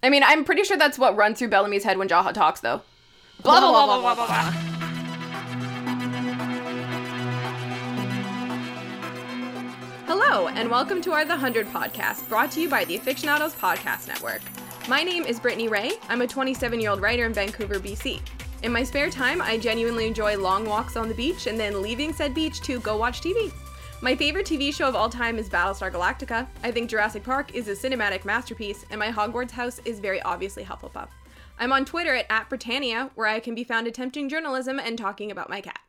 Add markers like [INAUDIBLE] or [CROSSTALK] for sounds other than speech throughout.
I mean, I'm pretty sure that's what runs through Bellamy's head when Jaha talks, though. Blah blah blah blah blah blah. blah. Hello, and welcome to our The Hundred podcast, brought to you by the Aficionados Podcast Network. My name is Brittany Ray. I'm a 27 year old writer in Vancouver, BC. In my spare time, I genuinely enjoy long walks on the beach and then leaving said beach to go watch TV. My favorite TV show of all time is Battlestar Galactica. I think Jurassic Park is a cinematic masterpiece, and my Hogwarts house is very obviously Hufflepuff. I'm on Twitter at, at Britannia, where I can be found attempting journalism and talking about my cat.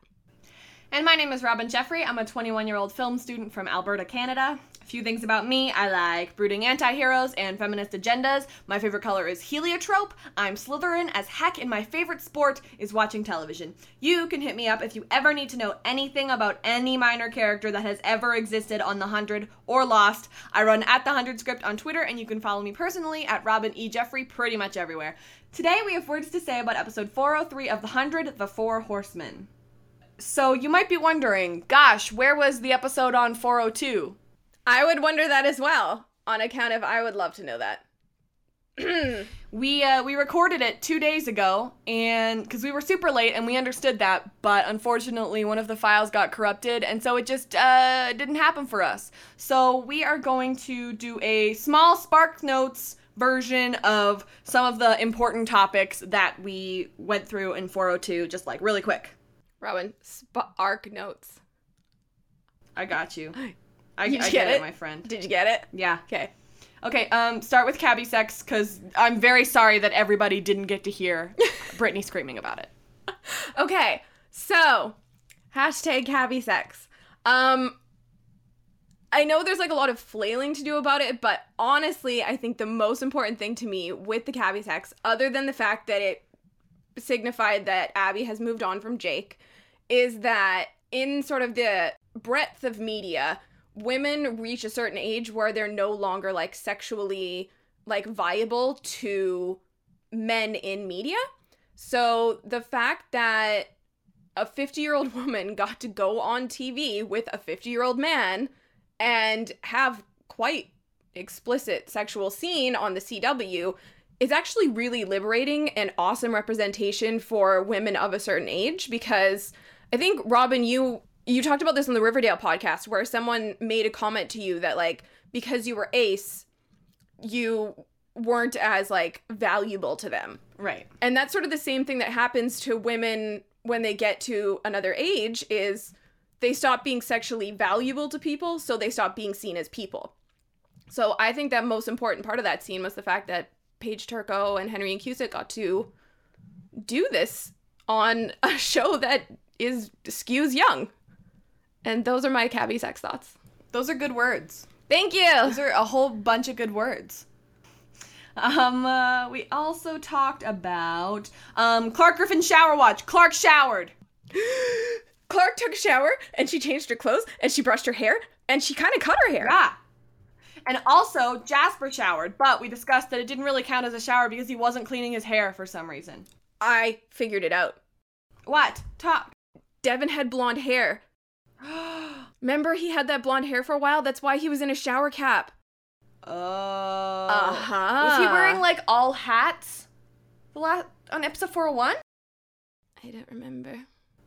And my name is Robin Jeffrey. I'm a 21 year old film student from Alberta, Canada. A few things about me I like brooding anti heroes and feminist agendas. My favorite color is heliotrope. I'm Slytherin as heck, and my favorite sport is watching television. You can hit me up if you ever need to know anything about any minor character that has ever existed on The 100 or Lost. I run at The 100 Script on Twitter, and you can follow me personally at Robin E. Jeffrey pretty much everywhere. Today, we have words to say about episode 403 of The 100 The Four Horsemen. So you might be wondering, gosh, where was the episode on 402? I would wonder that as well, on account of I would love to know that. [CLEARS THROAT] We uh, we recorded it two days ago, and because we were super late, and we understood that, but unfortunately, one of the files got corrupted, and so it just uh, didn't happen for us. So we are going to do a small Spark Notes version of some of the important topics that we went through in 402, just like really quick. Robin, spark notes. I got you. [GASPS] I, You I get get it, it? my friend. Did you get it? Yeah. Okay. Okay, um, start with cabbie sex because I'm very sorry that everybody didn't get [LAUGHS] to hear Brittany screaming about it. Okay, so hashtag happy sex. Um, I know there's like a lot of flailing to do about it, but honestly, I think the most important thing to me with the cabbie sex, other than the fact that it signified that Abby has moved on from Jake, is that in sort of the breadth of media, women reach a certain age where they're no longer like sexually like viable to men in media. So the fact that a 50 year old [LAUGHS] woman got to go on TV with a 50 year old man and have quite explicit sexual scene on the CW is actually really liberating and awesome representation for women of a certain age because I think Robin you you talked about this on the Riverdale podcast where someone made a comment to you that like because you were ace you weren't as like valuable to them Right. and that's sort of the same thing that happens to women when they get to another age is they stop being sexually valuable to people so they stop being seen as people so i think that most important part of that scene was the fact that paige turco and henry and cusick got to do this on [LAUGHS] a show that is skews young and those are my cabbie sex thoughts Those are good words. thank you Those are a whole bunch of good words. Um, uh, we also talked about um, Clark Griffin shower watch. Clark showered. clark took a shower and she changed her clothes and she brushed her hair and she kind of cut her hair Yeah. Ah. And also Jasper showered, but we discussed that it didn't really count as a shower because he wasn't cleaning his hair for some reason. i figured it out What? Talk. [GASPS] Devin had blonde hair. Remember, he had that blonde hair for a while? That's why he was in a shower cap. Oh. Uh-huh. Was he wearing like all hats? The last on episode 401? I don't remember.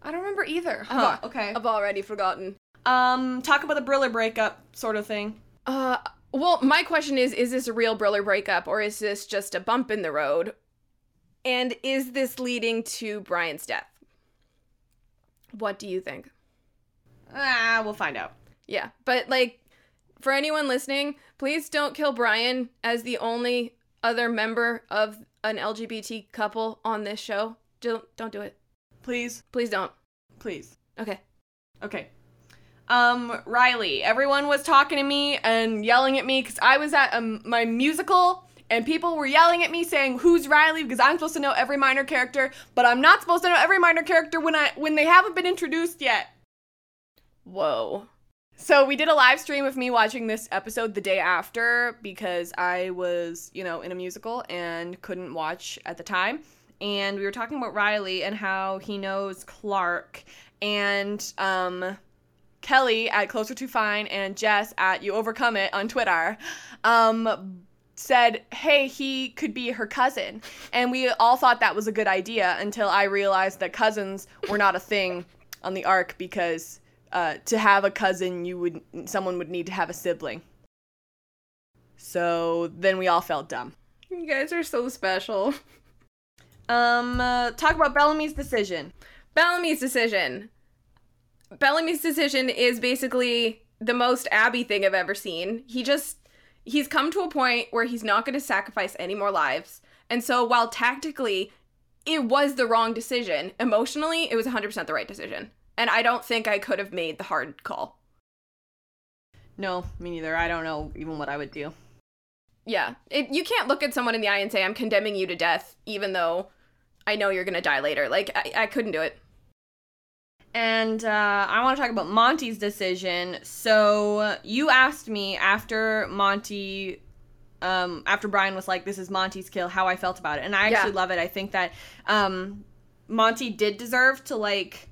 I don't remember either. Huh. okay. I've already forgotten. Um, talk about the Briller breakup sort of thing. Uh, well, my question is is this a real brother breakup or is this just a bump in the road? And is this leading to Brian's death? What do you think? Ah, we'll find out. Yeah, but like for anyone listening, please don't kill Brian as the only other member of an LGBT couple on this show. Don't don't do it. Please, Please don't. please. Okay. Okay. Um, Riley, everyone was talking to me and yelling at me because I was at um, my musical and people were yelling at me saying, "Who's Riley?" Because I'm supposed to know every minor character, but I'm not supposed to know every minor character when I when they haven't been introduced yet. Whoa. So we did a live stream of me watching this episode the day after because I was, you know, in a musical and couldn't watch at the time. And we were talking about Riley and how he knows Clark and um Kelly at Closer to Fine and Jess at You Overcome It on Twitter. Um said, hey, he could be her cousin. And we all thought that was a good idea until I realized that cousins were not a thing on the arc because uh, to have a cousin, you would someone would need to have a sibling. So then we all felt dumb. You guys are so special. Um, uh, talk about Bellamy's decision. Bellamy's decision. Bellamy's decision is basically the most Abby thing I've ever seen. He just he's come to a point where he's not going to sacrifice any more lives. And so while tactically it was the wrong decision, emotionally it was 100% the right decision. And I don't think I could have made the hard call. No, me neither. I don't know even what I would do. Yeah. It, you can't look at someone in the eye and say, I'm condemning you to death, even though I know you're going to die later. Like, I, I couldn't do it. And uh, I want to talk about Monty's decision. So you asked me after Monty, um, after Brian was like, "This is Monty's kill," how I felt about it, and I Yeah. actually love it. I think that um, Monty did deserve to like.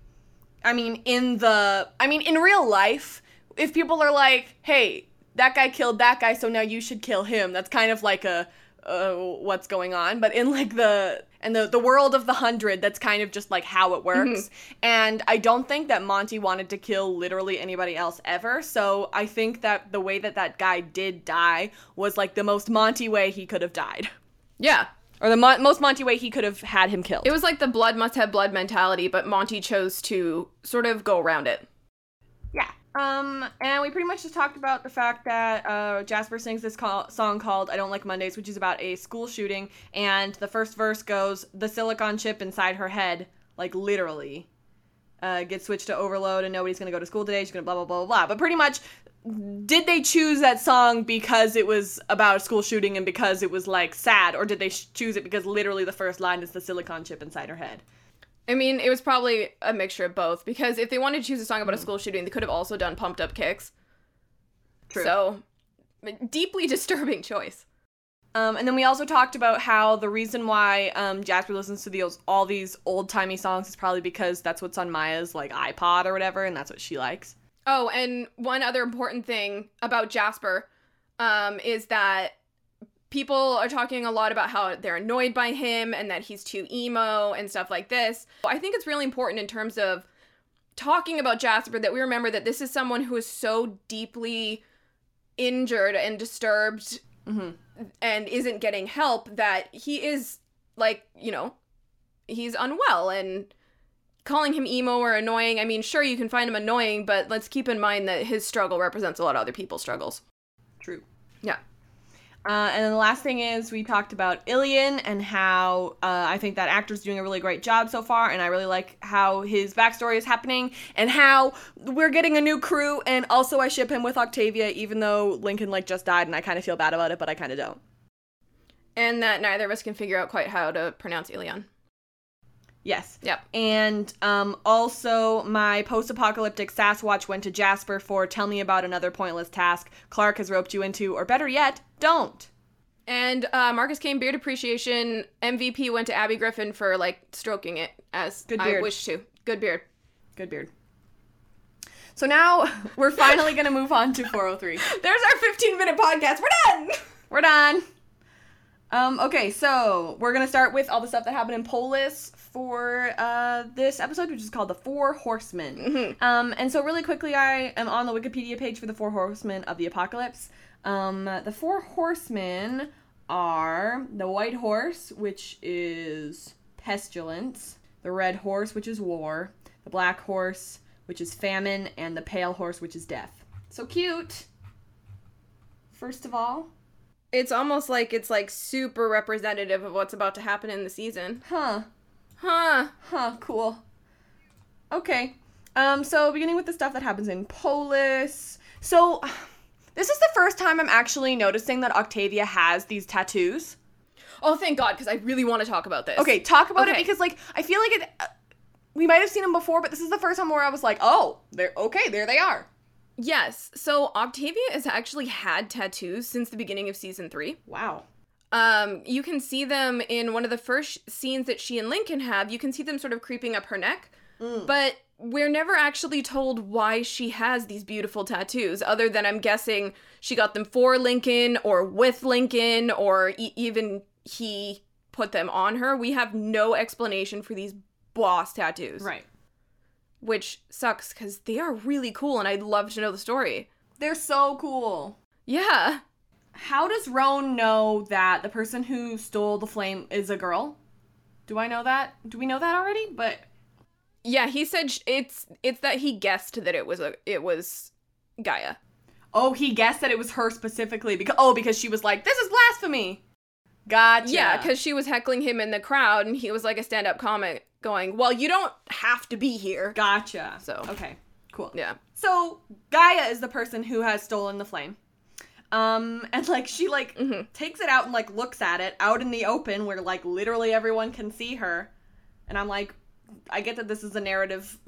I mean, in the, I mean, in real life, if people are like, "Hey, that guy killed that guy, so now you should kill him," that's kind of like a, uh, what's going on. But in like the and the the world of the hundred, that's kind of just like how it works. And I don't think that Monty wanted to kill literally anybody else ever. So I think that the way that that guy did die was like the most Monty way he could have died, Yeah. or the mo- most Monty way he could have had him killed. It was like the blood must have blood mentality, but Monty chose to sort of go around it. Yeah. Um, and we pretty much just talked about the fact that uh, Jasper sings this call- song called I Don't Like Mondays, which is about a school shooting. And the first verse goes, The silicon chip inside her head, like literally, uh, gets switched to overload and nobody's going to go to school today. She's going to blah, blah, blah, blah, blah. But pretty much, did they choose that song because it was about a school shooting and because it was like sad? Or did they sh- choose it because literally the first line is the silicon chip inside her head? I mean, it was probably a mixture of both because if they wanted to choose a song about a school shooting, they could have also done Pumped Up Kicks. True. So, deeply [LAUGHS] disturbing choice. Um, and then we also talked about how the reason why um, Jasper listens to those all these old timey songs is probably because that's what's on Maya's like iPod or whatever, and that's what she likes. Oh, and one other important thing about Jasper um, is that people are talking a lot about how they're annoyed by him and that he's too emo and stuff like this. I think it's really important in terms of talking about Jasper that we remember that this is someone who is so deeply injured and disturbed Mhm. and isn't getting help that he is like, you know, he's unwell and calling him emo or annoying, I mean, sure, you can find him annoying, but let's keep in mind that his struggle represents a lot of other people's struggles. True. Yeah. Uh, and then the last thing is we talked about Ilian and how uh, I think that actor's doing a really great job so far, and I really like how his backstory is happening and how we're getting a new crew. And also, I ship him with Octavia, even though Lincoln like just died, and I kind of feel bad about it, but I kind of don't. And that neither of us can figure out quite how to pronounce Ilion. Yes. Yep. And um, also, my post apocalyptic Sasquatch went to Jasper for Tell Me About Another Pointless Task Clark has roped you into, or better yet, don't. And uh, Marcus Kane Beard Appreciation MVP went to Abby Griffin for like stroking it as Good I beard. wish to. Good beard. Good beard. So now [LAUGHS] we're finally going to move on to 403. There's our 15 minute podcast. We're done. We're done. Um, okay, so we're going to start with all the stuff that happened in Polis for uh, this episode, which is called The Four Horsemen. Um, and so, really quickly, I am on the Wikipedia page for The Four Horsemen of the Apocalypse. Um, the Four Horsemen are the White Horse, which is pestilence, the Red Horse, which is war, the Black Horse, which is famine, and the Pale Horse, which is death. So cute, first of all. It's almost like it's like super representative of what's about to happen in the season. Huh. Huh. Huh, cool. Okay. Um, so beginning with the stuff that happens in Polis. So [SIGHS] this is the first time I'm actually noticing that Octavia has these tattoos. Oh, thank God, because I really want to talk about this. Okay, talk about Okay. it because like I feel like it uh, we might have seen them before, but this is the first time where I was like, "Oh, they're okay, there they are." Yes. So Octavia has actually had tattoos since the beginning of season three. Wow. Um, you can see them in one of the first scenes that she and Lincoln have. You can see them sort of creeping up her neck, but we're never actually told why she has these beautiful tattoos, other than I'm guessing she got them for Lincoln or with Lincoln or e- even he put them on her. We have no explanation for these boss tattoos, Right. which sucks because they are really cool and I'd love to know the story. They're so cool. Yeah. How does Roan know that the person who stole the flame is a girl? Do I know that? Do we know that already? But Yeah, he said sh- it's it's that he guessed that it was a it was Gaia. oh, he guessed that it was her specifically because oh, because she was like, "This is blasphemy." Gotcha. Yeah, because she was heckling him in the crowd, and he was like a stand up comic going, "Well, you don't have to be here." gotcha. So. okay, cool. Yeah, So Gaia is the person who has stolen the flame. Um, and like she like Mhm. takes it out and like looks at it out in the open where like literally everyone can see her. And I'm like, I get that this is a narrative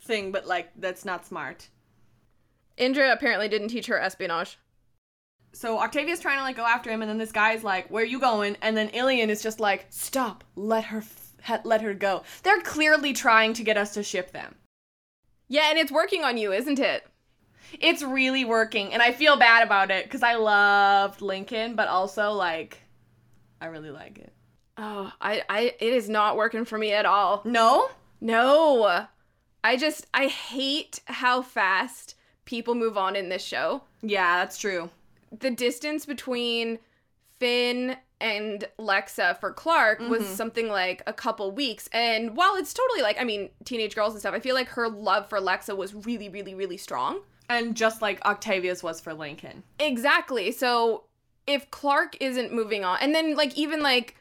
thing, but like that's not smart. Indra apparently didn't teach her espionage. So Octavia's trying to like go after him, and then this guy's like, "Where you going?" And then Ilian is just like, "Stop! Let her, f- ha- let her go." They're clearly trying to get us to ship them. Yeah, and it's working on you, isn't it? it's really working and i feel bad about it because i loved lincoln but also like i really like it Oh, I, I, it is not working for me at all. no No, I just, I hate how fast people move on in this show. yeah that's true the distance between Finn and Lexa for Clark was something like a couple weeks. And while it's totally like, I mean, teenage girls and stuff, I feel like her love for Lexa was really, really, really strong. and just like octavius was for lincoln Exactly. So if Clark isn't moving on, and then like even like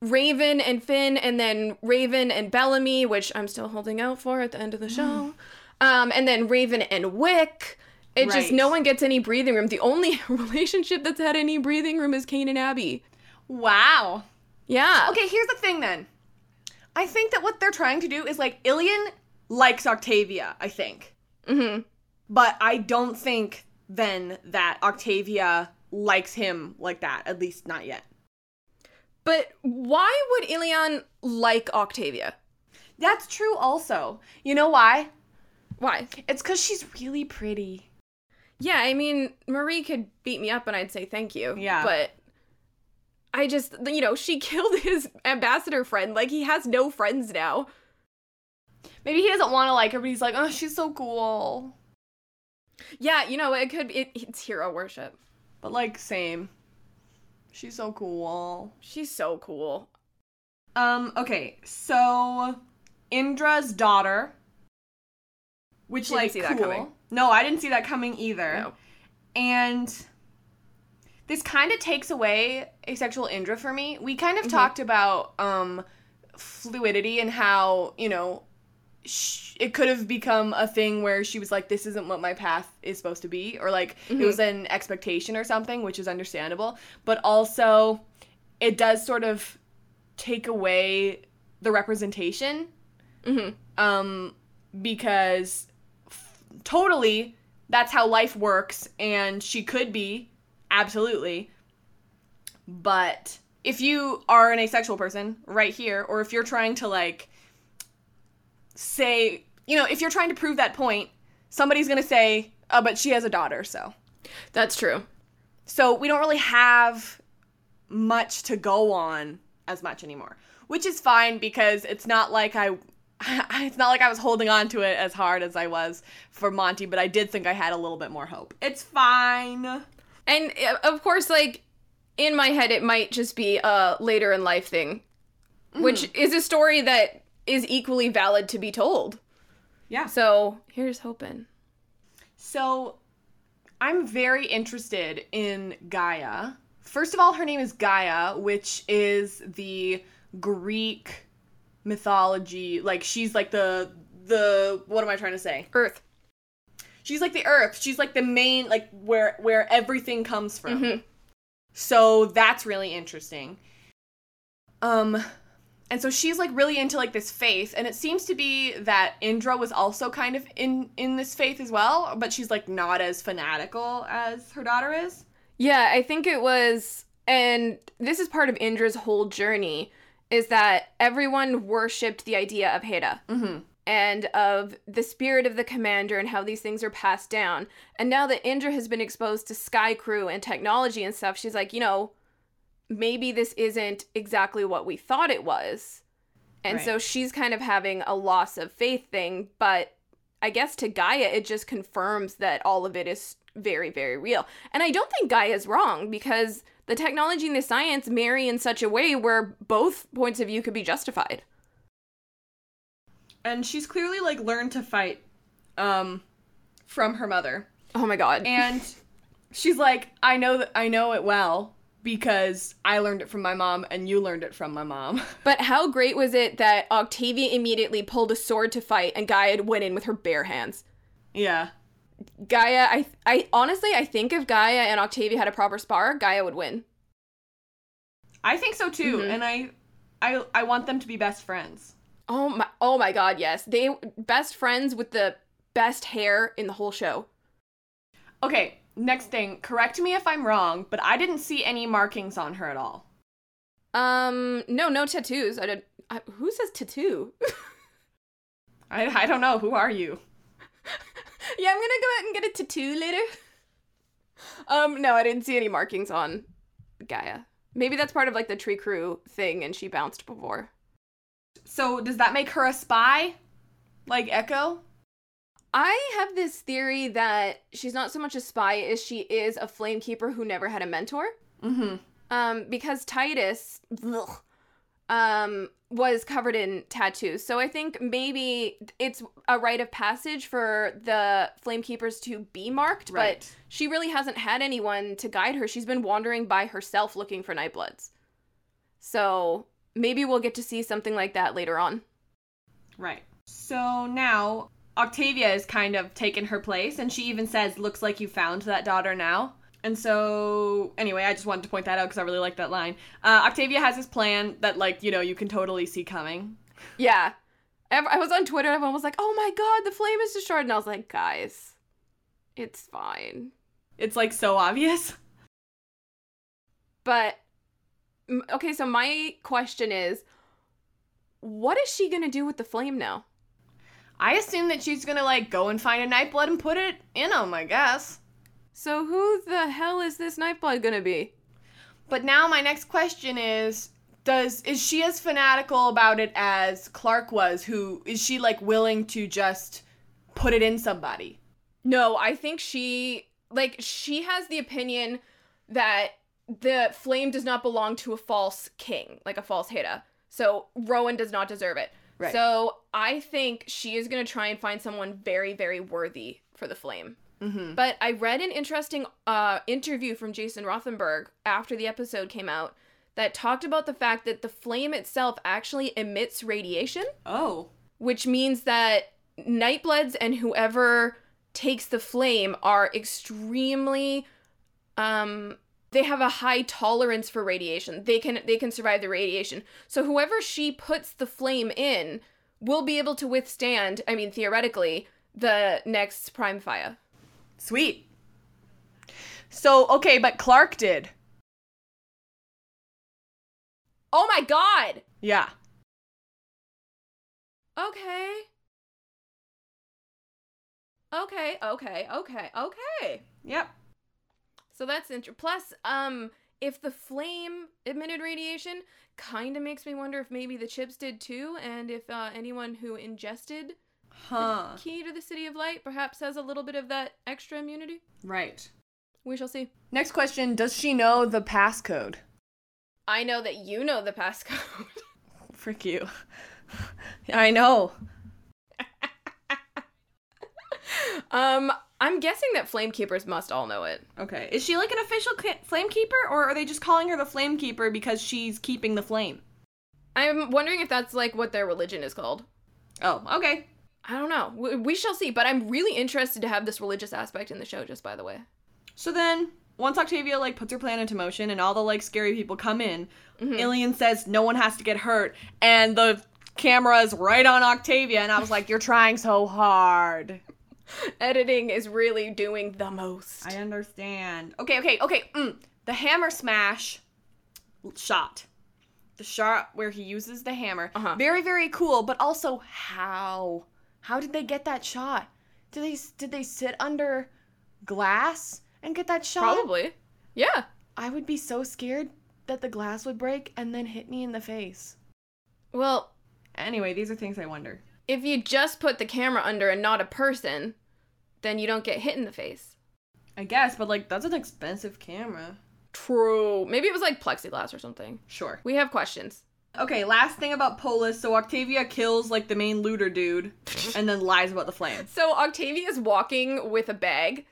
Raven and Finn, and then Raven and Bellamy, which I'm still holding out for at the end of the Mm. show, um, and then Raven and Wick. It just Right. no one gets any breathing room. The only [LAUGHS] relationship that's had any breathing room is Kane and Abby. wow Yeah. okay here's the thing then i think that what they're trying to do is like ilian likes octavia i think Mm-hmm. but i don't think then that octavia likes him like that at least not yet But why would Ilion like Octavia? that's true also you know why Why? it's because she's really pretty Yeah, I mean, Marie could beat me up and I'd say thank you. Yeah. But I just, you know, she [LAUGHS] killed his ambassador friend. Like, he has no friends now. Maybe he doesn't want to like her, but he's like, oh, she's so cool. Yeah, you know, it could be, it, it's hero worship. But like, same. She's so cool. She's so cool. Um, okay, so Indra's daughter, which Didn't like see cool. that coming. No, I didn't see that coming either. No. And this kind of takes away asexual Indra for me. We kind of talked about um fluidity and how you know sh- it could have become a thing where she was like, "This isn't what my path is supposed to be," or like it was an expectation or something, which is understandable. But also, it does sort of take away the representation Mhm. um because f- totally that's how life works and she could be absolutely but if you are an asexual person right here or if you're trying to like say you know if you're trying to prove that point somebody's going to say oh but she has a daughter so That's true. so we don't really have much to go on as much anymore, which is fine because it's not like I. [LAUGHS] It's not like I was holding on to it as hard as I was for Monty, but I did think I had a little bit more hope. It's fine. And uh, of course, like, in my head, it might just be a later in life thing, Mm-hmm. which is a story that is equally valid to be told. Yeah. So here's hoping. So I'm very interested in Gaia. First of all, her name is Gaia, which is the Greek mythology. Like she's like the the what am I trying to say? Earth. She's like the earth. She's like the main like where where everything comes from. So that's really interesting. Um and so she's like really into like this faith and it seems to be that Indra was also kind of in in this faith as well, but she's like not as fanatical as her daughter is. Yeah, I think it was, and this is part of Indra's whole journey, is that everyone worshipped the idea of Heda. Mhm. and of the spirit of the commander and how these things are passed down. And now that Indra has been exposed to Sky Crew and technology and stuff, she's like, you know, maybe this isn't exactly what we thought it was. And so Right. she's kind of having a loss of faith thing, but I guess to Gaia, it just confirms that all of it is very, very real. And I don't think Gaia's wrong because the technology and the science marry in such a way where both points of view could be justified. and she's clearly like learned to fight um from her mother Oh my God. and she's like i know that i know it well because i learned it from my mom and you learned it from my mom [LAUGHS] But how great was it that Octavia immediately pulled a sword to fight and Gaia went in with her bare hands? yeah Gaia, I, I honestly, I think if Gaia and Octavia had a proper spar, Gaia would win. i think so too Mhm. and I, I i want them to be best friends Oh my, oh my God, yes, they best friends with the best hair in the whole show. okay next thing correct me if i'm wrong but i didn't see any markings on her at all Um, no, no tattoos. I did. I, who says tattoo? [LAUGHS] i, I don't know who are you yeah, I'm gonna go out and get a tattoo later. [LAUGHS] Um, no, I didn't see any markings on Gaia. Maybe that's part of like the tree crew thing, and she bounced before. so does that make her a spy like echo I have this theory that she's not so much a spy as she is a flame keeper who never had a mentor. mm-hmm Um, because Titus ugh, um was covered in tattoos. So I think maybe it's a rite of passage for the flame keepers to be marked, but Right. she really hasn't had anyone to guide her. She's been wandering by herself looking for nightbloods. So maybe we'll get to see something like that later on. Right. So now Octavia is kind of taken her place, and she even says, "Looks like you found that daughter now." And so, anyway, I just wanted to point that out because I really like that line. Uh, Octavia has this plan that, like, you know, you can totally see coming. Yeah. Ev- I was on Twitter and everyone was like, oh my god, the flame is destroyed. And I was like, guys, it's fine. It's like so obvious. [LAUGHS] But, m- okay, so my question is what is she going to do with the flame now? I assume that she's gonna like go and find a nightblood and put it in him, I guess. So, who the hell is this Nightblood going to be? But now my next question is: Does is she as fanatical about it as Clark was? Who is she like willing to just put it in somebody? No, I think she, like, she has the opinion that the flame does not belong to a false king, like a false Heda. So, Rowan does not deserve it. Right. So I think she is going to try and find someone very, very worthy for the flame. Mm-hmm. But I read an interesting uh, interview from Jason Rothenberg after the episode came out that talked about the fact that the flame itself actually emits radiation, Oh. which means that Nightbloods and whoever takes the flame are extremely um they have a high tolerance for radiation. They can they can survive the radiation. So whoever she puts the flame in will be able to withstand, I mean theoretically, the next prime fire. Sweet. So, okay, but Clark did. Oh my god. Yeah. Okay. Okay, okay, okay, okay. Yep. So that's interesting. Plus, um, if the flame emitted radiation, kind of makes me wonder if maybe the chips did too, and if uh, anyone who ingested Huh. key to the city of light perhaps has a little bit of that extra immunity. Right. We shall see. Next question Does she know the passcode? I know that you know the passcode. [LAUGHS] Frick you. [LAUGHS] I know. um, I'm guessing that flame keepers must all know it. Okay. Is she like an official ca- flame keeper, or are they just calling her the flame keeper because she's keeping the flame? I'm wondering if that's like what their religion is called. Oh, okay. I don't know. We, we shall see. But I'm really interested to have this religious aspect in the show. Just by the way, [LAUGHS] So then, once Octavia like puts her plan into motion and all the like scary people come in, Mhm. Ilian says no one has to get hurt, and the camera is right on Octavia, and I was like, "You're trying so hard." editing is really doing the most. I understand. Okay, okay, okay. Mm. The hammer smash shot. The shot where he uses the hammer. Uh-huh. Very, very cool, but also how? How did they get that shot? Did they did they sit under glass and get that shot? Probably. Yeah. I would be so scared that the glass would break and then hit me in the face. Well, Anyway, these are things I wonder. if you just put the camera under and not a person, then you don't get hit in the face. I guess, but like that's an expensive camera. True. Maybe it was like plexiglass or something. Sure. We have questions. Okay, last thing about Polis. So Octavia kills like the main looter dude and then lies about the flames. So Octavia's walking with a bag,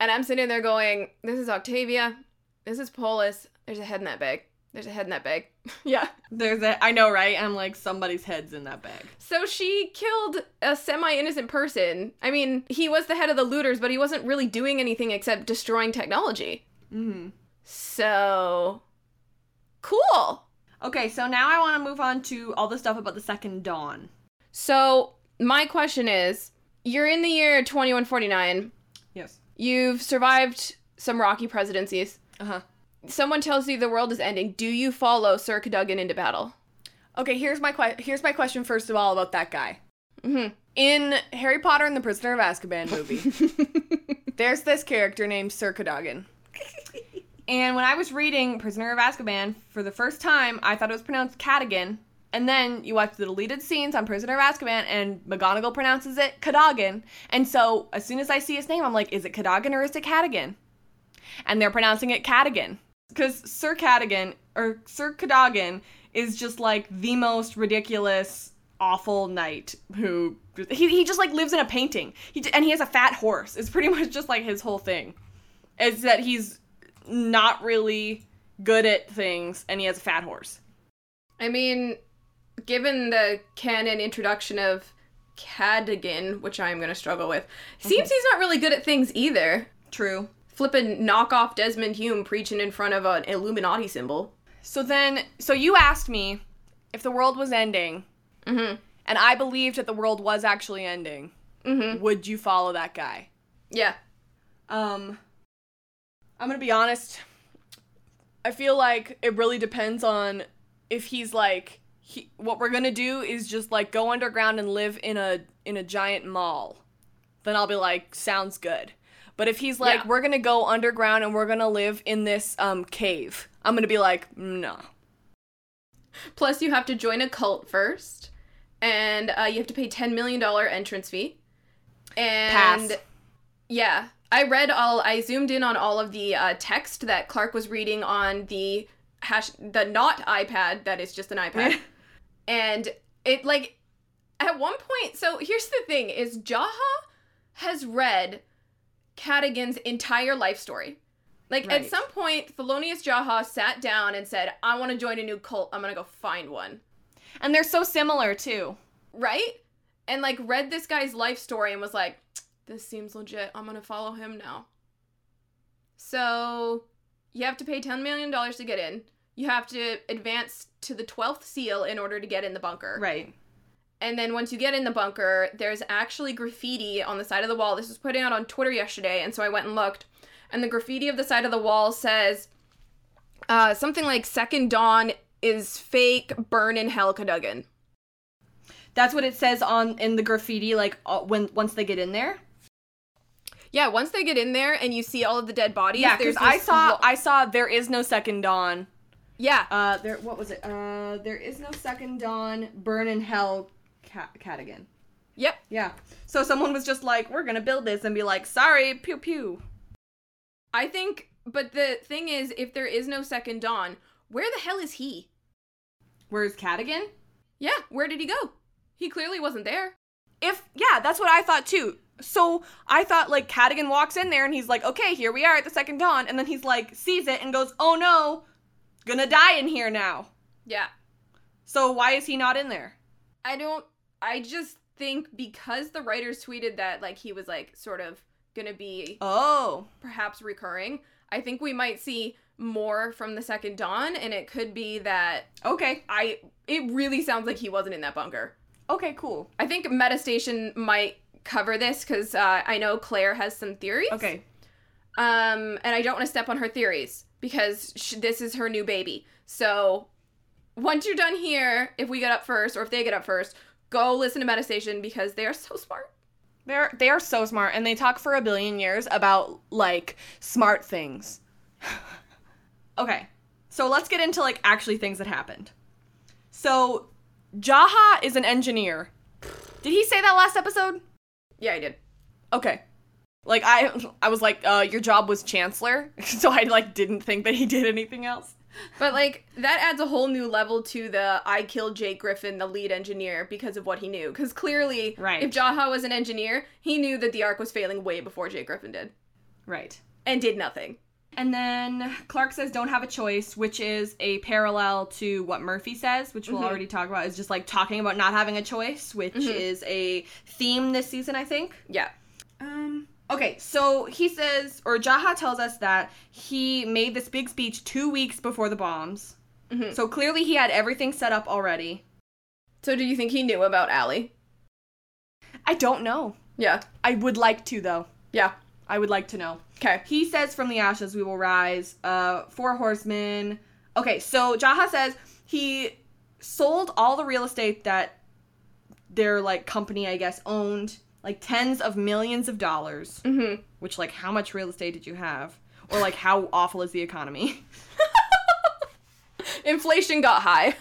and I'm sitting there going, This is Octavia. This is Polis. There's a head in that bag. There's a head in that bag. [LAUGHS] yeah. There's a I know, right? I'm like somebody's head's in that bag. So she killed a semi innocent person. I mean, he was the head of the looters, but he wasn't really doing anything except destroying technology. Mhm. So cool. Okay, so now I want to move on to all the stuff about the second dawn. So my question is, you're in the year 2149. Yes. You've survived some rocky presidencies. Uh-huh. Someone tells you the world is ending. Do you follow Sir Cadogan into battle? Okay, here's my que- here's my question first of all about that guy. Mm-hmm. Mhm. In Harry Potter and the Prisoner of Azkaban movie, there's this character named Sir Cadogan. and when I was reading Prisoner of Azkaban for the first time, I thought it was pronounced Cadogan. And then you watch the deleted scenes on Prisoner of Azkaban, and McGonagall pronounces it Cadogan. And so as soon as I see his name, I'm like, is it Cadogan or is it Cadogan? And they're pronouncing it Cadogan. Because Sir Cadogan, or Sir Cadogan, is just like the most ridiculous, awful knight who. He, he just like lives in a painting. He, j- and he has a fat horse. It's pretty [LAUGHS] much just like his whole thing. Is that he's not really good at things and he has a fat horse. [LAUGHS] I mean, given the canon introduction of Cadogan, which I am going to struggle with, seems he's not really good at things either. True. Flippin' knockoff Desmond Hume preaching in front of an Illuminati symbol. So then, so you asked me if the world was ending, Mhm. and I believed that the world was actually ending. Mhm. Would you follow that guy? Yeah. Um, I'm gonna be honest. I feel like it really depends on if he's like he, what we're gonna do is just like go underground and live in a in a giant mall. Then I'll be like, sounds good. But if he's like, Yeah. we're gonna go underground and we're gonna live in this um cave, I'm gonna be like, no. Plus, you have to join a cult first, and uh, you have to pay ten million dollar entrance fee. And Pass. yeah, I read all. I zoomed in on all of the uh, text that Clark was reading on the hash, the not iPad that is just an iPad, and it like at one point. So here's the thing: is Jaha has read Cadigan's entire life story. Like Right. at some point, Thelonious Jaha sat down and said, "I want to join a new cult. I'm gonna go find one." And they're so similar too. Right? And like read this guy's life story and was like, "This seems legit. I'm gonna follow him now." So you have to pay ten million dollars to get in. You have to advance to the twelfth seal in order to get in the bunker. Right. And then once you get in the bunker, there's actually graffiti on the side of the wall. This was put out on Twitter yesterday, and so I went and looked. And the graffiti of the side of the wall says uh, something like Second Dawn is fake, burn in hell, Cadogan. That's what it says on in the graffiti like uh, when once they get in there. Yeah, once they get in there and you see all of the dead bodies, Yeah, there's because I this saw lo- I saw there is no second dawn. yeah, Uh, there what was it? Uh, there is no second dawn. Burn in hell, cat, cat again. yep. Yeah. So someone was just like, we're gonna build this and be like, sorry, pew pew. I think, but the thing is, if there is no Second Dawn, where the hell is he? Where's cat again? Yeah, where did he go? He clearly wasn't there. If yeah, that's what I thought too. So I thought like Cadigan walks in there and he's like, okay, here we are at the second dawn, and then he's like sees it and goes, oh no, gonna die in here now. Yeah. So why is he not in there? I don't. I just think because the writers tweeted that like he was like sort of gonna be Oh, perhaps recurring. I think we might see more from the second dawn, and it could be that okay, I. It really sounds like he wasn't in that bunker. okay, cool. I think Metastation might cover this because uh, I know Claire has some theories. Okay, Um, and I don't want to step on her theories because sh this is her new baby. So once you're done here, if we get up first or if they get up first, Go listen to Metastation because they are so smart. They're they are so smart and they talk for a billion years about like smart things. [SIGHS] okay. So let's get into like actually things that happened. So Jaha is an engineer. Did he say that last episode? Yeah, I did. Okay. Like I [LAUGHS] I was like uh your job was chancellor, [LAUGHS] so I like didn't think that he did anything else. But like that adds a whole new level to the I killed Jake Griffin, the lead engineer, because of what he knew. Because clearly, Right. if Jaha was an engineer, he knew that the arc was failing way before Jake Griffin did, Right. and did nothing. And then Clark says, don't have a choice, which is a parallel to what Murphy says, which we'll already talk about, is just like talking about not having a choice, which is a theme this season, I think. Yeah. Um, okay, so he says, or Jaha tells us that he made this big speech two weeks before the bombs. Mhm. So clearly he had everything set up already. So do you think he knew about Allie? I don't know. Yeah. I would like to, though. Yeah. I would like to know. Okay. He says, "From the ashes we will rise." Uh, four horsemen. Okay, so Jaha says he sold all the real estate that their like company, I guess, owned, like tens of millions of dollars. Mhm. Which, like, how much real estate did you have? Or like, how awful is the economy? [LAUGHS] Inflation got high.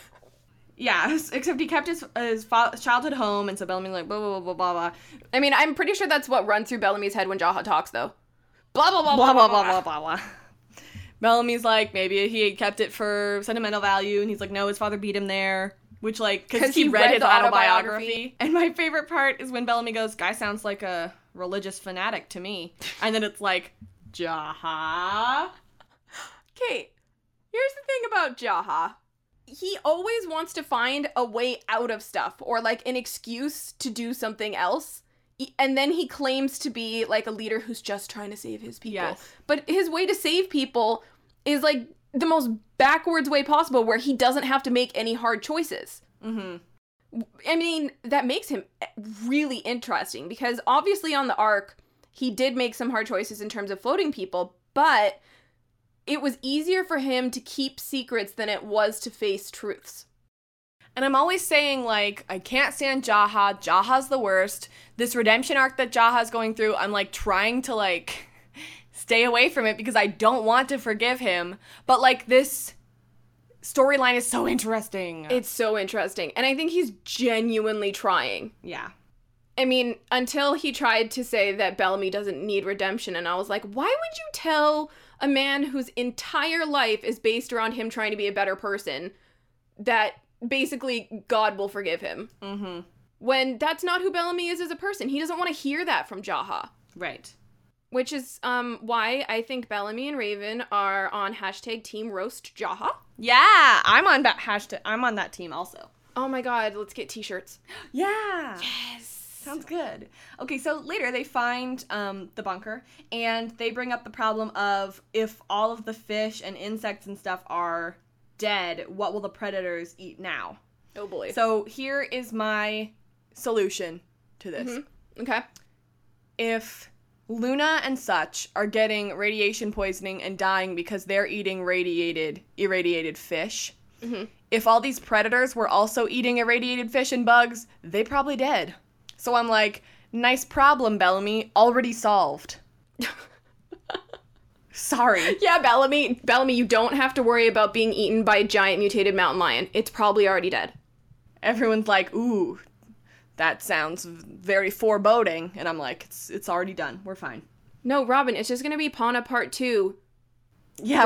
yeah, [LAUGHS] except he kept his his fa- childhood home, and so Bellamy's like, blah blah blah blah blah I mean, I'm pretty sure that's what runs through Bellamy's head when Jaha talks, though. Blah blah blah blah blah blah blah blah blah. Bellamy's like, maybe he kept it for sentimental value, and he's like, no, his father beat him there. Which, like, because he, read, his the autobiography. autobiography. And my favorite part is when Bellamy goes, guy sounds like a religious fanatic to me. And then it's like, Jaha. Kate, here's the thing about Jaha. He always wants to find a way out of stuff or like an excuse to do something else. E- And then he claims to be like a leader who's just trying to save his people. Yes. But his way to save people is like the most backwards way possible where he doesn't have to make any hard choices. Mm-hmm. I mean, that makes him eh, really interesting because obviously on the arc, he did make some hard choices in terms of floating people, but it was easier for him to keep secrets than it was to face truths. And I'm always saying, like, I can't stand Jaha. Jaha's the worst. This redemption arc that Jaha's going through, I'm like trying to, like, [LAUGHS] stay away from it because I don't want to forgive him. But, like, this storyline is so interesting. It's so interesting. And I think he's genuinely trying. yeah. I mean, until he tried to say that Bellamy doesn't need redemption, and I was like, why would you tell a man whose entire life is based around him trying to be a better person that basically God will forgive him? Mm-hmm. when that's not who Bellamy is as a person. He doesn't want to hear that from Jaha, Right. which is um, why I think Bellamy and Raven are on hashtag Team Roast Jaha. Yeah, I'm on that hashtag. I'm on that team also. Oh my God, let's get T-shirts. Yeah. Yes. Sounds good. Okay, so later they find um, the bunker and they bring up the problem of if all of the fish and insects and stuff are dead, what will the predators eat now? Oh boy. So here is my solution to this. Mhm. okay. If Luna and such are getting radiation poisoning and dying because they're eating radiated irradiated fish, Mhm. if all these predators were also eating irradiated fish and bugs, they probably dead. So I'm like, nice problem, Bellamy, already solved. Sorry. Yeah, Bellamy. Bellamy, you don't have to worry about being eaten by a giant mutated mountain lion. It's probably already dead. Everyone's like, ooh, that sounds very foreboding. And I'm like, it's it's already done. We're fine. No, Robin, it's just gonna be Pauna Part Two, Yeah,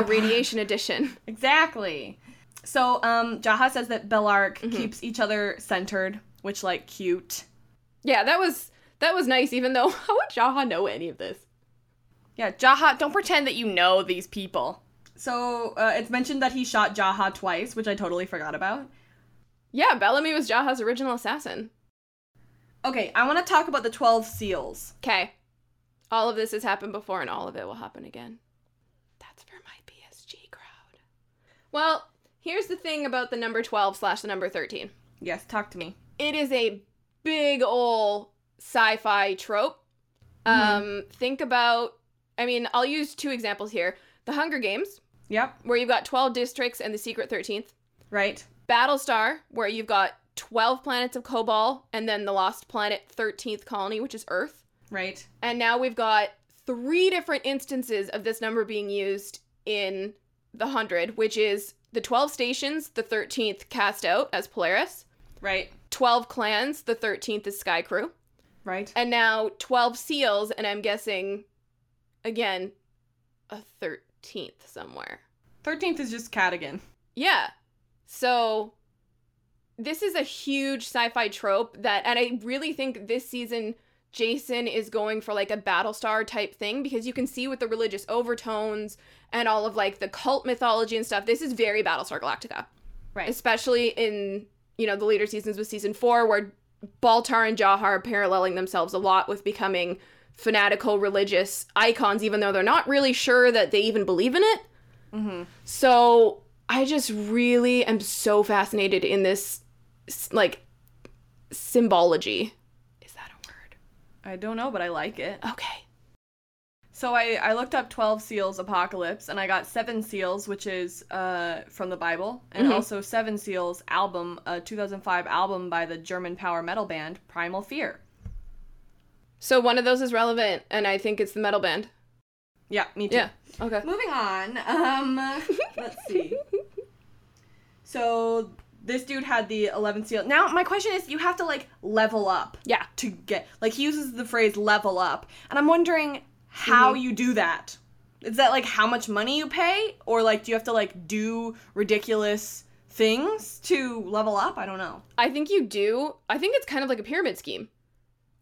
[SIGHS] the radiation edition. Exactly. So, um, Jaha says that Belark keeps each other centered, which, like, cute. Yeah, that was that was nice. Even though, [LAUGHS] how would Jaha know any of this? Yeah, Jaha, don't pretend that you know these people. So, uh, it's mentioned that he shot Jaha twice, which I totally forgot about. Yeah, Bellamy was Jaha's original assassin. Okay, I want to talk about the 12 seals. Okay. All of this has happened before and all of it will happen again. That's for my PSG crowd. Well, here's the thing about the number 12 slash the number 13 Yes, talk to me. it is a big ol' sci fi trope. Um, think about, I mean, I'll use two examples here The Hunger Games, Yep, where you've got 12 districts and the secret 13th, right? Battlestar, where you've got 12 planets of Kobol, and then the lost planet 13th colony, which is Earth. Right. And now we've got three different instances of this number being used in the 100, which is the 12 stations, the 13th cast out as Polaris, Right. 12 clans, the 13th is Sky Crew, Right. and now 12 seals, and I'm guessing, again, a 13th somewhere. 13th is just Cadigan. Yeah. So this is a huge sci-fi trope that and I really think this season Jason is going for like a Battlestar type thing because you can see with the religious overtones and all of like the cult mythology and stuff. This is very Battlestar Galactica. Right. Especially in, you know, the later seasons with season 4 where Baltar and Jahar are paralleling themselves a lot with becoming fanatical religious icons even though they're not really sure that they even believe in it. Mm-hmm. So I just really am so fascinated in this, s- like, symbology. Is that a word? I don't know, but I like it. Okay. So I, I looked up 12 seals apocalypse and I got seven seals, which is uh, from the Bible, and Mhm. also seven seals album, a 2005 album by the German power metal band Primal Fear. So one of those is relevant, and I think it's the metal band. Yeah, me too. Yeah. Okay. Moving on. [LAUGHS] Um, let's see. So this dude had the 11th seal. Now my question is, you have to like level up Yeah. to get like he uses the phrase level up, and I'm wondering how you do that. Is that like how much money you pay, or like do you have to like do ridiculous things to level up? I don't know. I think you do. I think it's kind of like a pyramid scheme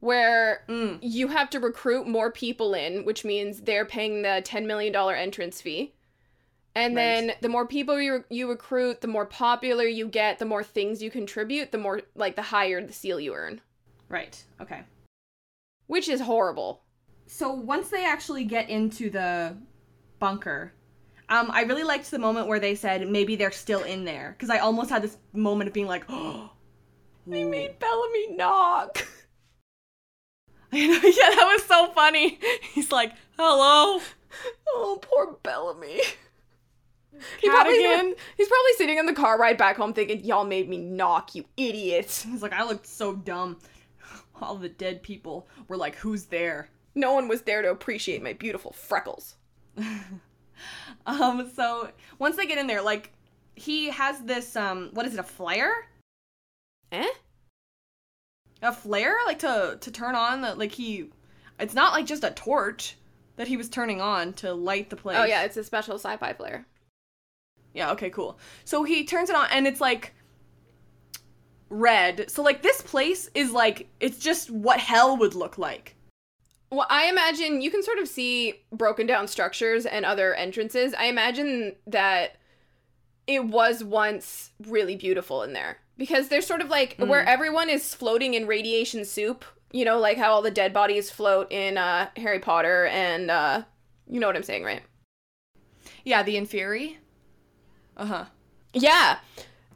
where Mm. you have to recruit more people in, which means they're paying the $10 million entrance fee. And Right. then the more people you, you recruit, the more popular you get, the more things you contribute, the more, like, the higher the seal you earn, Right. Okay. which is horrible. so once they actually get into the bunker um, i really liked the moment where they said maybe they're still in there because i almost had this moment of being like [GASPS] oh They made Bellamy knock. [LAUGHS] [LAUGHS] yeah that was so funny [LAUGHS] he's like hello Oh, poor Bellamy. He probably, Cadigan. he's probably sitting in the car ride back home thinking, y'all made me knock, you idiot. he's like i looked so dumb [SIGHS] all the dead people were like who's there [LAUGHS] [LAUGHS] No one was there to appreciate my beautiful freckles. um so once they get in there like he has this um what is it a flare Eh? a flare like to to turn on the, like he it's not like just a torch that he was turning on to light the place Oh, yeah, it's a special sci fi player. yeah okay cool so he turns it on and it's like red so like this place is like it's just what hell would look like Well, I imagine you can sort of see broken down structures and other entrances. I imagine that it was once really beautiful in there because there's sort of like Mm. where everyone is floating in radiation soup, you know, like how all the dead bodies float in uh, Harry Potter and uh, you know what I'm saying, right? yeah the inferi uh-huh Yeah.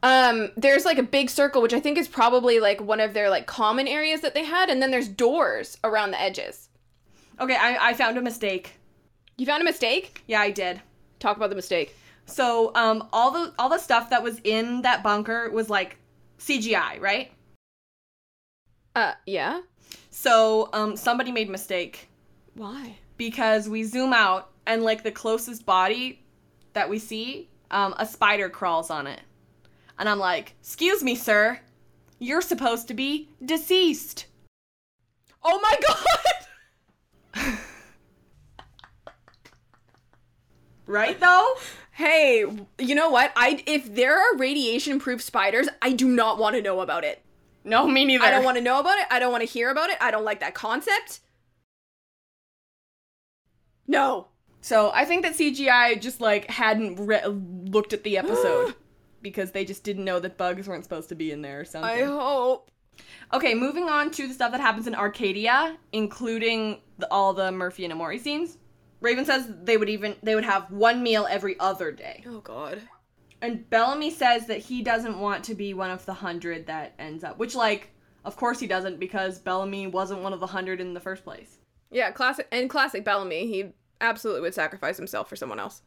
Um, there's like a big circle, which I think is probably like one of their like common areas that they had, and then there's doors around the edges. okay i i found a mistake You found a mistake? yeah i did Talk about the mistake. so um all the all the stuff that was in that bunker was like cgi right Uh, yeah. so um somebody made a mistake Why? because we zoom out and like the closest body that we see, um, a spider crawls on it. And I'm like, "Excuse me, sir. You're supposed to be deceased." Oh [LAUGHS] my god! Right though? Hey, you know what? I if there are radiation-proof spiders, I do not want to know about it. No, me neither. I don't want to know about it. I don't want to hear about it. I don't like that concept. No. So, I think that CGI just like hadn't re- looked at the [GASPS] episode because they just didn't know that bugs weren't supposed to be in there or I something. hope. okay, moving on to the stuff that happens in Arcadia, including the, all the Murphy and Amori scenes. Raven says they would even they would have one meal every other day. Oh god. And Bellamy says that he doesn't want to be one of the hundred that ends up, which, like, of course he doesn't because Bellamy wasn't one of the hundred in the first place. Yeah, classic and classic Bellamy. He absolutely would sacrifice himself for someone else.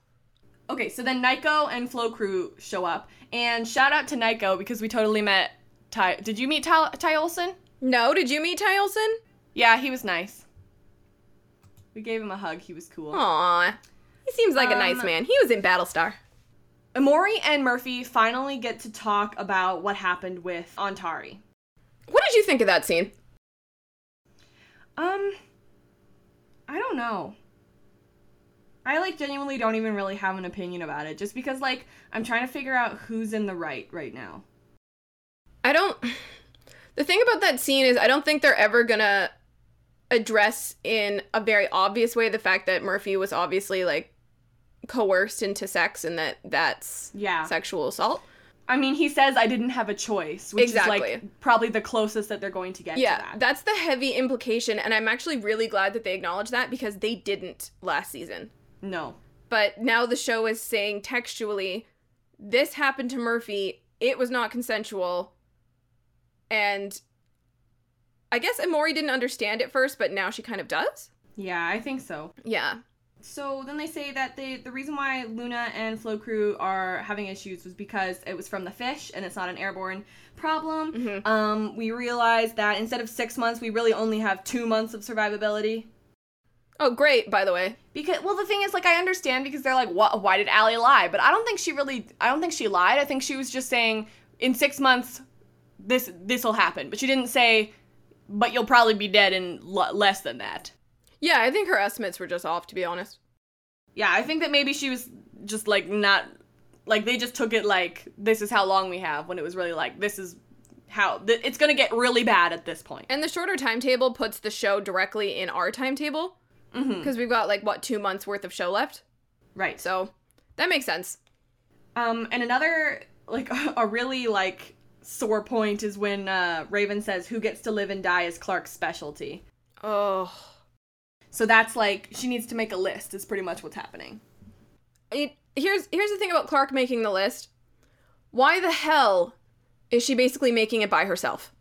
Okay, so then Nyko and Flo Crew show up, and shout out to Nyko because we totally met Ty, did you meet Ty, Ty Olson? No, did you meet Ty Olson? Yeah, he was nice. We gave him a hug. He was cool. Aw. He seems like a nice Um, man. He was in Battlestar. Maury and Murphy finally get to talk about what happened with Antari. What did you think of that scene? Um, I don't know. I like genuinely don't even really have an opinion about it, just because like I'm trying to figure out who's in the right right now. I don't. The thing about that scene is, I don't think they're ever gonna address in a very obvious way the fact that Murphy was obviously like coerced into sex and that that's Yeah. sexual assault. I mean, he says I didn't have a choice, which is Exactly. like probably the closest that they're going to get Yeah, to that. that's the heavy implication, and I'm actually really glad that they acknowledged that because they didn't last season. No. But now the show is saying textually, this happened to Murphy. It was not consensual. And I guess Amori didn't understand at first, but now she kind of does. Yeah, I think so. Yeah. So then they say that they the reason why Luna and Flo Crew are having issues was because it was from the fish and it's not an airborne problem. Mhm. Um, we realized that instead of six months, we really only have two months of survivability. Oh, great, by the way. Because well, the thing is, like, I understand because they're like, what? Why did Allie lie? But I don't think she really. I don't think she lied. I think she was just saying in six months, this this will happen. But she didn't say, but you'll probably be dead in l- less than that. Yeah, I think her estimates were just off, to be honest. Yeah, I think that maybe she was just like not like they just took it like this is how long we have when it was really like this is how th- it's gonna get really bad at this point. And the shorter timetable puts the show directly in our timetable Mm-hmm. because we've got like, what, two months worth of show left? Right. So that makes sense. Um, and another like [LAUGHS] a really like sore point is when uh, Raven says, "Who gets to live and die is Clark's specialty." Oh. So that's like she needs to make a list. Is pretty much what's happening. it, here's here's the thing about Clark making the list. Why the hell is she basically making it by herself?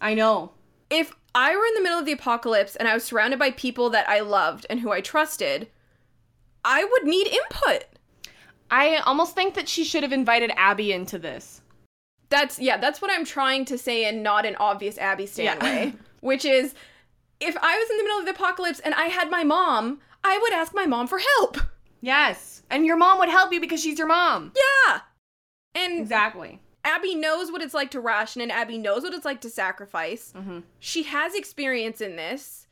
I know. If I were in the middle of the apocalypse and I was surrounded by people that I loved and who I trusted, I would need input. I almost think that she should have invited Abby into this. That's yeah, that's what I'm trying to say in not an obvious Abby Stan Yeah. [LAUGHS] way, which is if I was in the middle of the apocalypse and I had my mom, I would ask my mom for help. Yes, and your mom would help you because she's your mom. Yeah. And Exactly. Abby knows what it's like to ration and Abby knows what it's like to sacrifice. Mm-hmm. she has experience in this.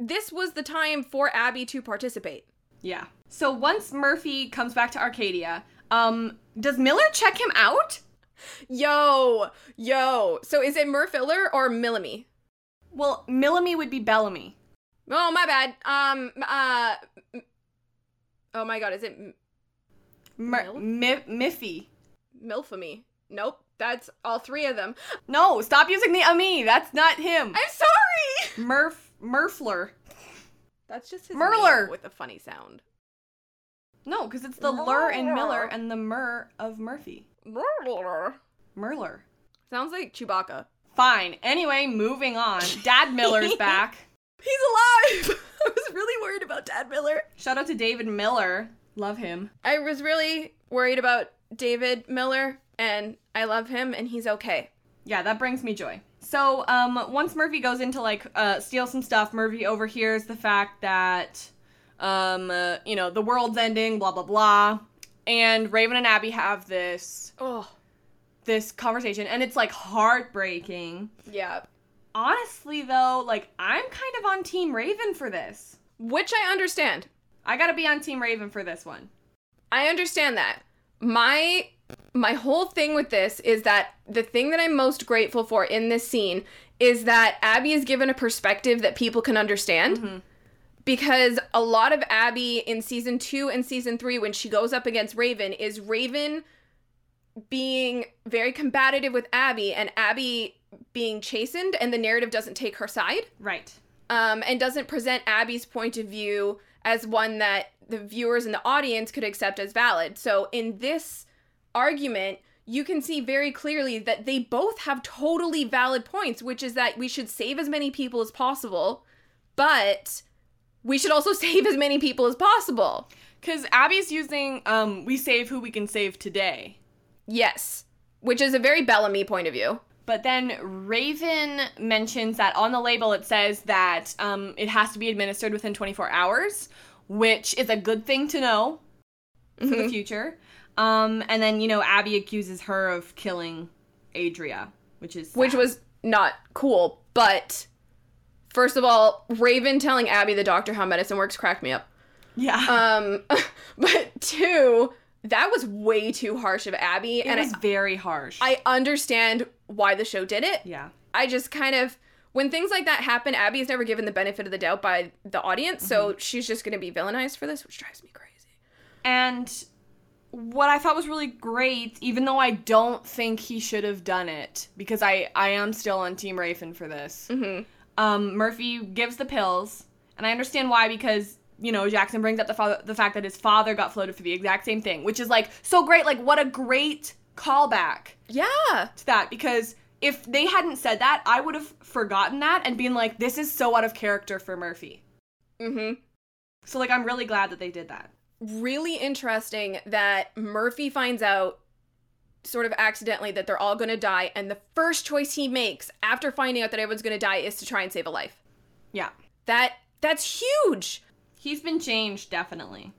This was the time for Abby to participate. Yeah. So once Murphy comes back to Arcadia, um, does Miller check him out? Yo, yo. So is it Murfiller or Millamy? Well, Millamy would be Bellamy. Oh, my bad. Um, uh, m- oh my god, is it M- Mur- Mil- Mi- Miffy. Milfamy? Nope, that's all three of them. No, stop using the ami. That's not him. I'm sorry. Murph Murfler. That's just his Merler. name with a funny sound. No, because it's the Lur in Miller and the Mur of Murphy. Merler. Merler. Sounds like Chewbacca. Fine. Anyway, moving on. Dad Miller's back. He's alive. [LAUGHS] I was really worried about Dad Miller. Shout out to David Miller. Love him. I was really worried about David Miller, and I love him, and he's okay. Yeah, that brings me joy. So, um, once Murphy goes into like uh, steal some stuff, Murphy overhears the fact that, um, uh, you know, the world's ending, blah blah blah, and Raven and Abby have this Oh, this conversation, and it's like heartbreaking. yeah. Honestly, though, like I'm kind of on Team Raven for this. Which I understand. I gotta be on Team Raven for this one. I understand that. My my whole thing with this is that the thing that I'm most grateful for in this scene is that Abby is given a perspective that people can understand. Because a lot of Abby in season 2 and season 3 when she goes up against Raven is Raven being very combative with Abby and Abby being chastened and the narrative doesn't take her side Right. um, and doesn't present Abby's point of view as one that the viewers and the audience could accept as valid. So in this argument, you can see very clearly that they both have totally valid points, which is that we should save as many people as possible, but we should also [LAUGHS] save as many people as possible. Cause Abby's using um, we save who we can save today. Yes. which is a very Bellamy point of view. But then Raven mentions that on the label it says that um, it has to be administered within 24 hours, which is a good thing to know for Mm-hmm. the future. Um, and then, you know, Abby accuses her of killing Adria, which is. which sad. was not cool. But first of all, Raven telling Abby the doctor how medicine works cracked me up. Yeah. Um, [LAUGHS] but two, that was way too harsh of Abby, it and was very harsh. I, I understand why the show did it. yeah. I just kind of when things like that happen, Abby is never given the benefit of the doubt by the audience, Mm-hmm. so she's just gonna be villainized for this, which drives me crazy. And what I thought was really great, even though I don't think he should have done it, because I, I am still on Team Raven for this. Mhm. Um, Murphy gives the pills, and I understand why because you know Jackson brings up the father, the fact that his father got floated for the exact same thing, which is like so great. Like what a great callback Yeah, to that because if they hadn't said that, I would have forgotten that and been like, this is so out of character for Murphy. mm-hmm. So like I'm really glad that they did that. really interesting that Murphy finds out sort of accidentally that they're all going to die and the first choice he makes after finding out that everyone's going to die is to try and save a life. Yeah, That that's huge. he's been changed definitely.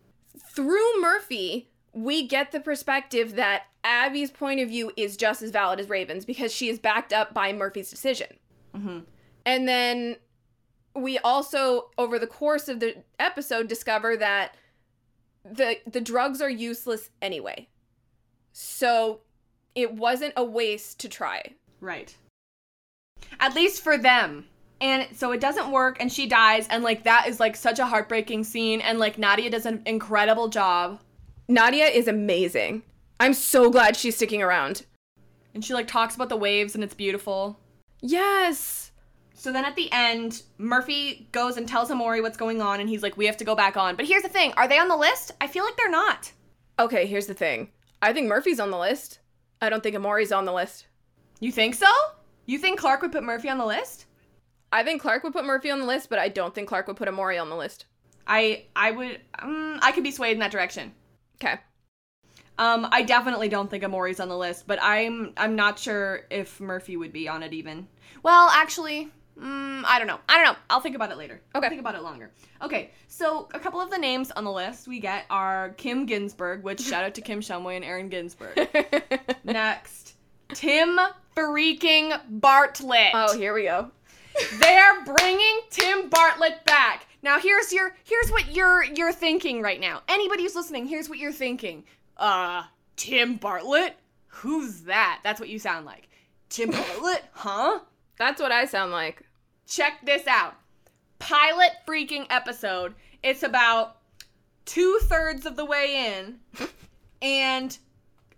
Through Murphy, we get the perspective that Abby's point of view is just as valid as Raven's because she is backed up by Murphy's decision. Mm-hmm. And then we also, over the course of the episode, discover that the the drugs are useless anyway. So it wasn't a waste to try. Right. At least for them. And so it doesn't work, and she dies, and like that is like such a heartbreaking scene, and like Nadia does an incredible job, Nadia is amazing. I'm so glad she's sticking around. and she like talks about the waves, and it's beautiful. Yes. So then at the end, Murphy goes and tells Amori what's going on, and he's like, "We have to go back on." But here's the thing: are they on the list? I feel like they're not. Okay, here's the thing. I think Murphy's on the list. I don't think Amori's on the list. You think so? You think Clark would put Murphy on the list? I think Clark would put Murphy on the list, but I don't think Clark would put Amori on the list. I I would. Um, I could be swayed in that direction. Okay. [LAUGHS] Um, I definitely don't think Amori's on the list, but I'm I'm not sure if Murphy would be on it even. Well, actually, mm, I don't know. I don't know. I'll think about it later. Okay. I'll think about it longer. Okay, so a couple of the names on the list we get are Kim Ginsburg, which shout out to Kim Shumway and Aaron [LAUGHS] Ginsburg. Next, Tim freaking Bartlett. oh, here we go. They're bringing Tim Bartlett back. Now here's your here's what you're you're thinking right now. Anybody who's listening, here's what you're thinking. Uh, Tim Bartlett? Who's that? That's what you sound like. Tim Bartlett? Huh? That's what I sound like. Check this out. Pilot freaking episode. It's about two thirds of the way in, and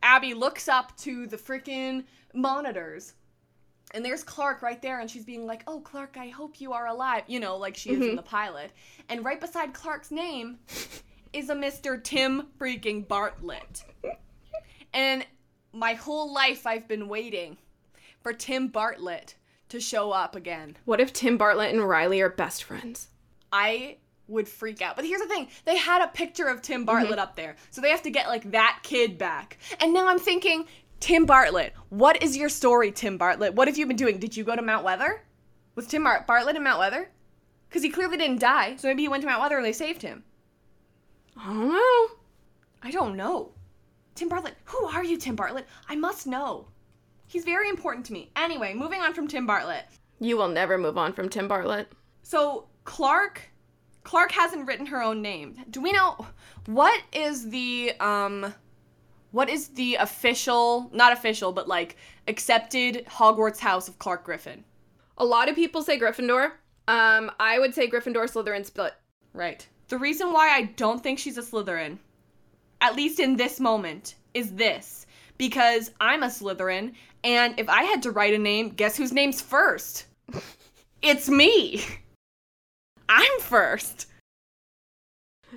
Abby looks up to the freaking monitors. And there's Clark right there, and she's being like, Oh, Clark, I hope you are alive. You know, like she is in the pilot. And right beside Clark's name is a Mr. Tim freaking Bartlett. and my whole life I've been waiting for Tim Bartlett to show up again. What if Tim Bartlett and Riley are best friends? I would freak out. But here's the thing they had a picture of Tim Bartlett up there. So they have to get like that kid back. And now I'm thinking, Tim Bartlett, what is your story, Tim Bartlett? What have you been doing? Did you go to Mount Weather? Was Tim Bar- Bartlett in Mount Weather? Because he clearly didn't die. So maybe he went to Mount Weather and they saved him. I don't know. I don't know. Tim Bartlett, who are you, Tim Bartlett? I must know. He's very important to me. Anyway, moving on from Tim Bartlett. You will never move on from Tim Bartlett. So Clark, Clark hasn't written her own name. Do we know what is the um, what is the official, not official, but like accepted Hogwarts house of Clark Griffin? A lot of people say Gryffindor. Um, I would say Gryffindor, Slytherin, split. Right. The reason why I don't think she's a Slytherin, at least in this moment, is this because I'm a Slytherin, and if I had to write a name, guess whose name's first? it's me. I'm first.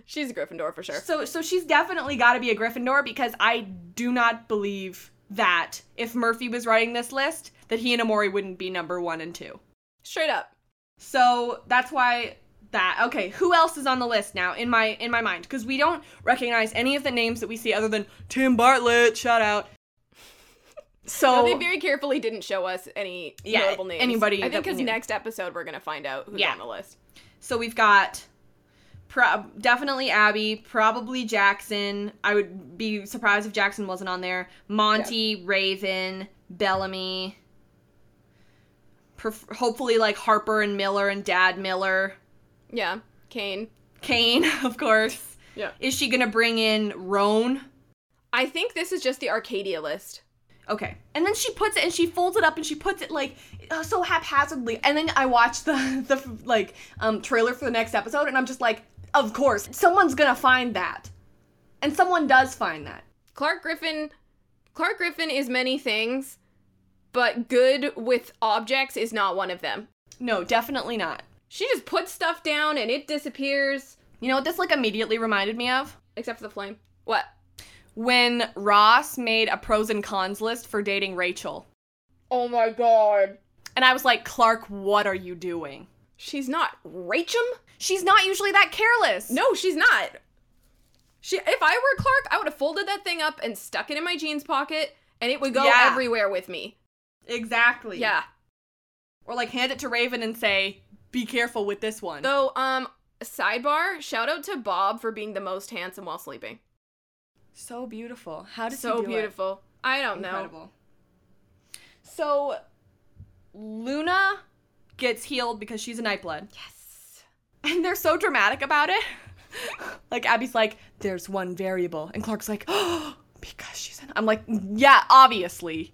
She's a Gryffindor for sure. So so she's definitely got to be a Gryffindor because I do not believe that if Murphy was writing this list that he and Amori wouldn't be number 1 and 2. Straight up. So that's why that okay, who else is on the list now in my in my mind because we don't recognize any of the names that we see other than Tim Bartlett, shout out. [LAUGHS] So they very carefully didn't show us any Oh. Yeah, notable names. anybody I think that we because knew. next episode we're gonna find out who's Yeah. on the list. So we've got pro- definitely Abby, probably Jackson. I would be surprised if Jackson wasn't on there. Monty, Raven, Bellamy. Pref- hopefully, like Harper and Miller and Dad Miller. Yeah, Kane. Kane, [LAUGHS] of course. Yeah. Is she gonna bring in Roan? I think this is just the Arcadia list. Okay. And then she puts it and she folds it up and she puts it like uh, so haphazardly. And then I watched the [LAUGHS] the like um trailer for the next episode and I'm just like, of course, someone's going to find that. And someone does find that. Clark Griffin. Clark Griffin is many things, but good with objects is not one of them. No, definitely not. She just puts stuff down and it disappears, You know what this like immediately reminded me of? except for the flame. What? When Ross made a pros and cons list for dating Rachel. Oh my god. And I was like, "Clark, what are you doing?" She's not Rachum? She's not usually that careless. No, she's not. She if I were Clark, I would have folded that thing up and stuck it in my jeans pocket and it would go Yeah. everywhere with me. Exactly. Yeah. Or like hand it to Raven and say, "Be careful with this one." Though um sidebar, shout out to Bob for being the most handsome while sleeping. So beautiful. How does So he do beautiful. I It? don't know. Incredible. So Luna gets healed because she's a nightblood. [LAUGHS] Yes. And they're so dramatic about it. [LAUGHS] like Abby's like, there's one variable. And Clark's like, [GASPS] oh, because she's an I'm like, yeah, obviously.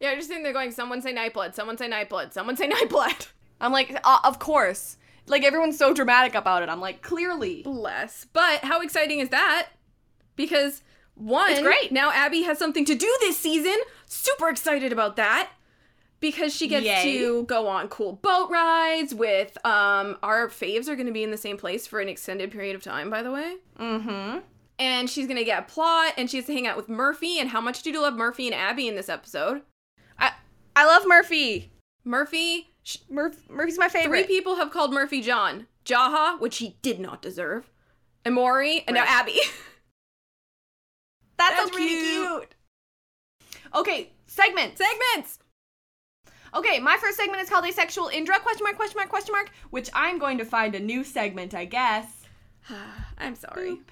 Yeah, I just think they're going, someone say Nightblood, someone say Nightblood, someone say [LAUGHS] Nightblood. I'm like, uh, of course. Like everyone's so dramatic about it. I'm like, clearly. Bless. But how exciting is that? Because one, It's great. now Abby has something to do this season. Super excited about that. Because she gets Yay. to go on cool boat rides with um our faves are gonna be in the same place for an extended period of time, by the way. Mm-hmm. And she's gonna get a plot and she has to hang out with Murphy. And how much do you love Murphy and Abby in this episode? I I love Murphy. Murphy sh- Murph- Murphy's my Three favorite. people have called Murphy John. Jaha, which he did not deserve. And Maury, and now Right. Abby. [LAUGHS] That's, That's really cute. Okay, segment. Segments! Okay, my first segment is called Asexual Indra question mark question mark question mark, which I'm going to find a new segment, I guess. [SIGHS] I'm sorry. Boop.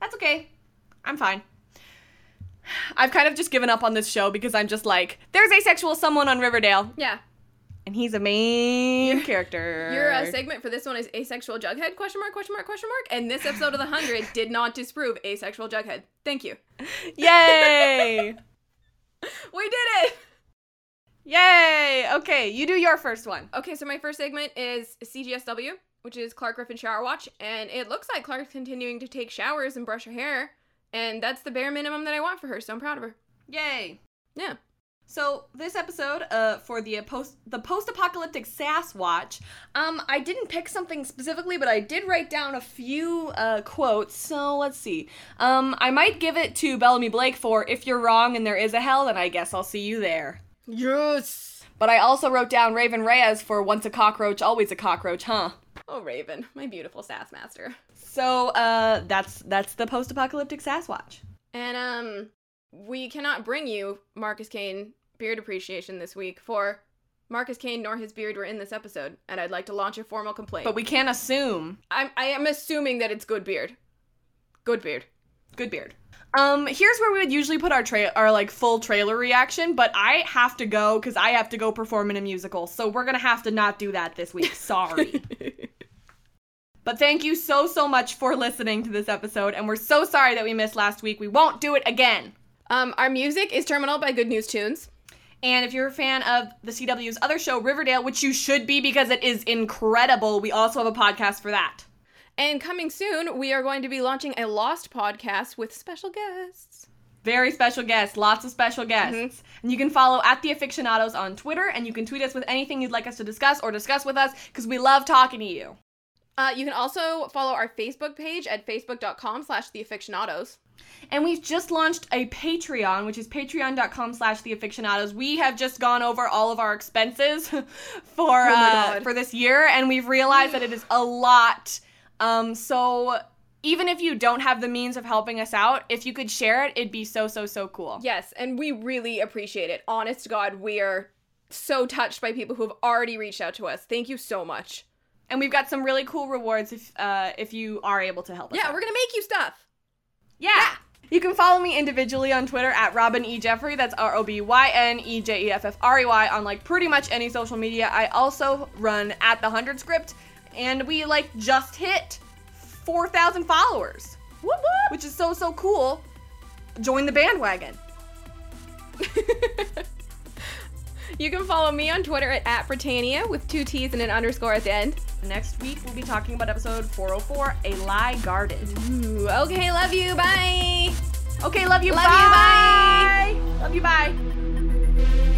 That's okay. I'm fine. I've kind of just given up on this show because I'm just like, there's asexual someone on Riverdale, Yeah. and he's a main character. Your uh, segment for this one is asexual jughead question mark question mark question mark and this episode of the 100 [LAUGHS] did not disprove asexual jughead. Thank you. Yay! [LAUGHS] We did it. Yay! Okay, you do your first one. Okay, so my first segment is CGSW, which is Clark Griffin Shower Watch and it looks like Clark's continuing to take showers and brush her hair and that's the bare minimum that I want for her, so I'm proud of her. Yay! Yeah. So this episode, uh, for the uh, post the post apocalyptic Sass watch, um, I didn't pick something specifically, but I did write down a few uh, quotes. So let's see. Um, I might give it to Bellamy Blake for "If you're wrong and there is a hell, then I guess I'll see you there." Yes. But I also wrote down Raven Reyes for "Once a cockroach, always a cockroach," huh? Oh Raven, [LAUGHS] my beautiful sass master. So uh, that's that's the post apocalyptic Sass watch. And um we cannot bring you Marcus Kane beard appreciation this week for Marcus Kane nor his beard were in this episode, and I'd like to launch a formal complaint. But we can't assume. I'm I am assuming that it's good beard. Good [LAUGHS] beard. Good beard. Um, here's where we would usually put our tra- our like full trailer reaction, but I have to go because I have to go perform in a musical, so we're gonna have to not do that this [LAUGHS] week. Sorry. but thank you so so much for listening to this episode, and we're so sorry that we missed last week. We won't do it again. Um our music is Terminal by Good News Tunes. And if you're a fan of the CW's other show, Riverdale, which you should be because it is incredible, we also have a podcast for that. And coming soon, we are going to be launching a Lost podcast with special guests. Very special guests, lots of special guests. Mm-hmm. And you can follow at the aficionados on Twitter and you can tweet us with anything you'd like us to discuss or discuss with us because we love talking to you. Uh, you can also follow our Facebook page at facebook.com slash the aficionados. And we've just launched a Patreon, which is patreon.com slash the aficionados. We have just gone over all of our expenses [LAUGHS] for Oh my uh, God. for this year and we've realized that it is a lot. Um, so even if you don't have the means of helping us out, if you could share it, it'd be so, so, so cool. Yes, and we really appreciate it. Honest to God, we are so touched by people who have already reached out to us. Thank you so much. And we've got some really cool rewards if uh, if you are able to help us. Yeah, out. we're gonna make you stuff. yeah. You can follow me individually on Twitter at Robin E Jeffrey. That's R O B Y N E J E F F R E Y on like pretty much any social media. I also run at the Hundred Script, and we like just hit four thousand followers, Whoop whoop. which is so so cool. Join the bandwagon. You can follow me on Twitter at, at Britannia with two T's and an underscore at the end. Next week we'll be talking about episode 404, a lie guarded. Ooh, okay, love you. Bye. Okay, love you. Love you, bye. bye. Love you. Bye.